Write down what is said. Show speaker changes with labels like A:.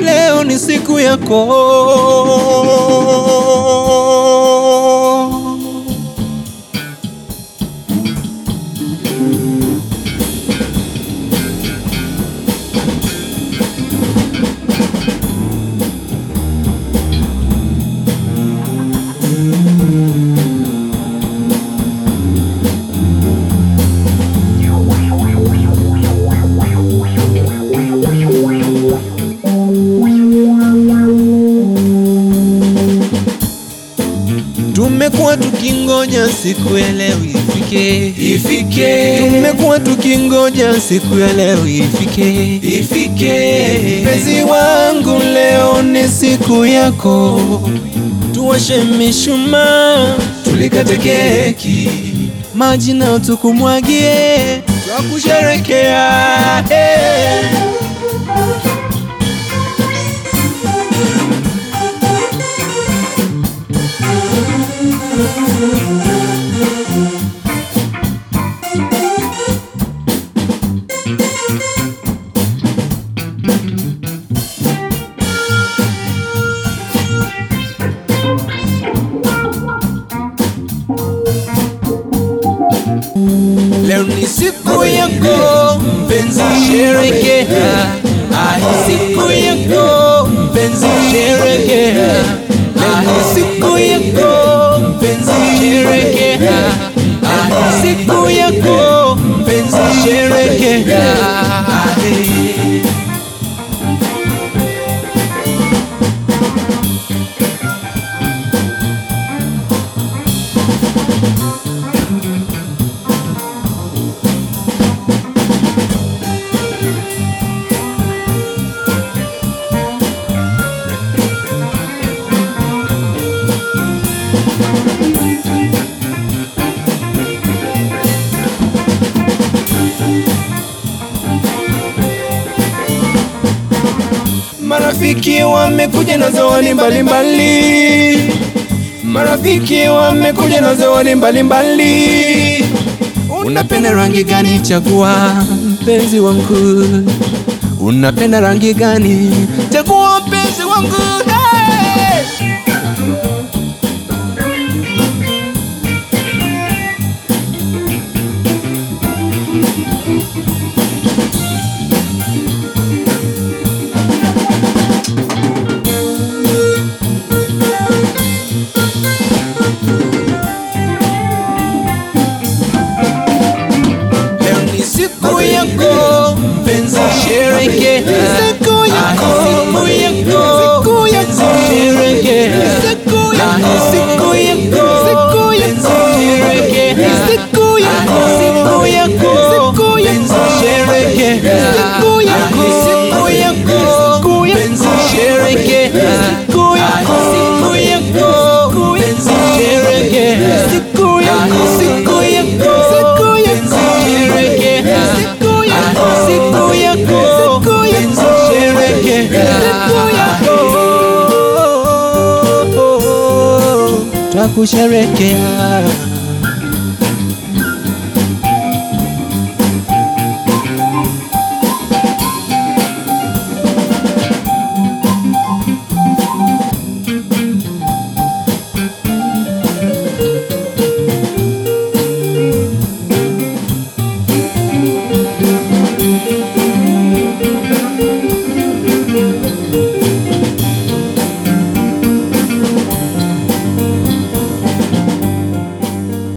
A: Leo ni siku yako, tumekuwa tukingoja siku ya leo ifike ifike, tumekuwa tukingoja siku ya leo ifike ifike. Mpenzi wangu, leo ni siku yako, tuwashe mishumaa, tulikate keki, maji na tukumwagie, twakusherekea hey. Leo ni siku yako mpenzi, sherekea. Ah, siku yako mpenzi, sherekea. Leo ni siku yako mpenzi, sherekea. Ah, siku yako mpenzi, sherekea. Ah, eh. Marafiki wamekuja na zawadi mbalimbali, marafiki wamekuja na zawadi mbalimbali. Unapenda rangi gani? Chagua mpenzi wangu. Unapenda rangi gani? Chagua mpenzi wangu. Hey! Leo ni siku yako mpenzi, sherekea. Siku yako, siku yako, sherekea. Na ni siku yako, mpenzi, sherekea. Na ni siku yako, mpenzi, sherekea. Na ni siku yako, mpenzi, sherekea. Na ni siku yako, mpenzi, sherekea. Na ni siku yako, mpenzi, sherekea. Na ni siku yako, mpenzi, sherekea. Twakusherekea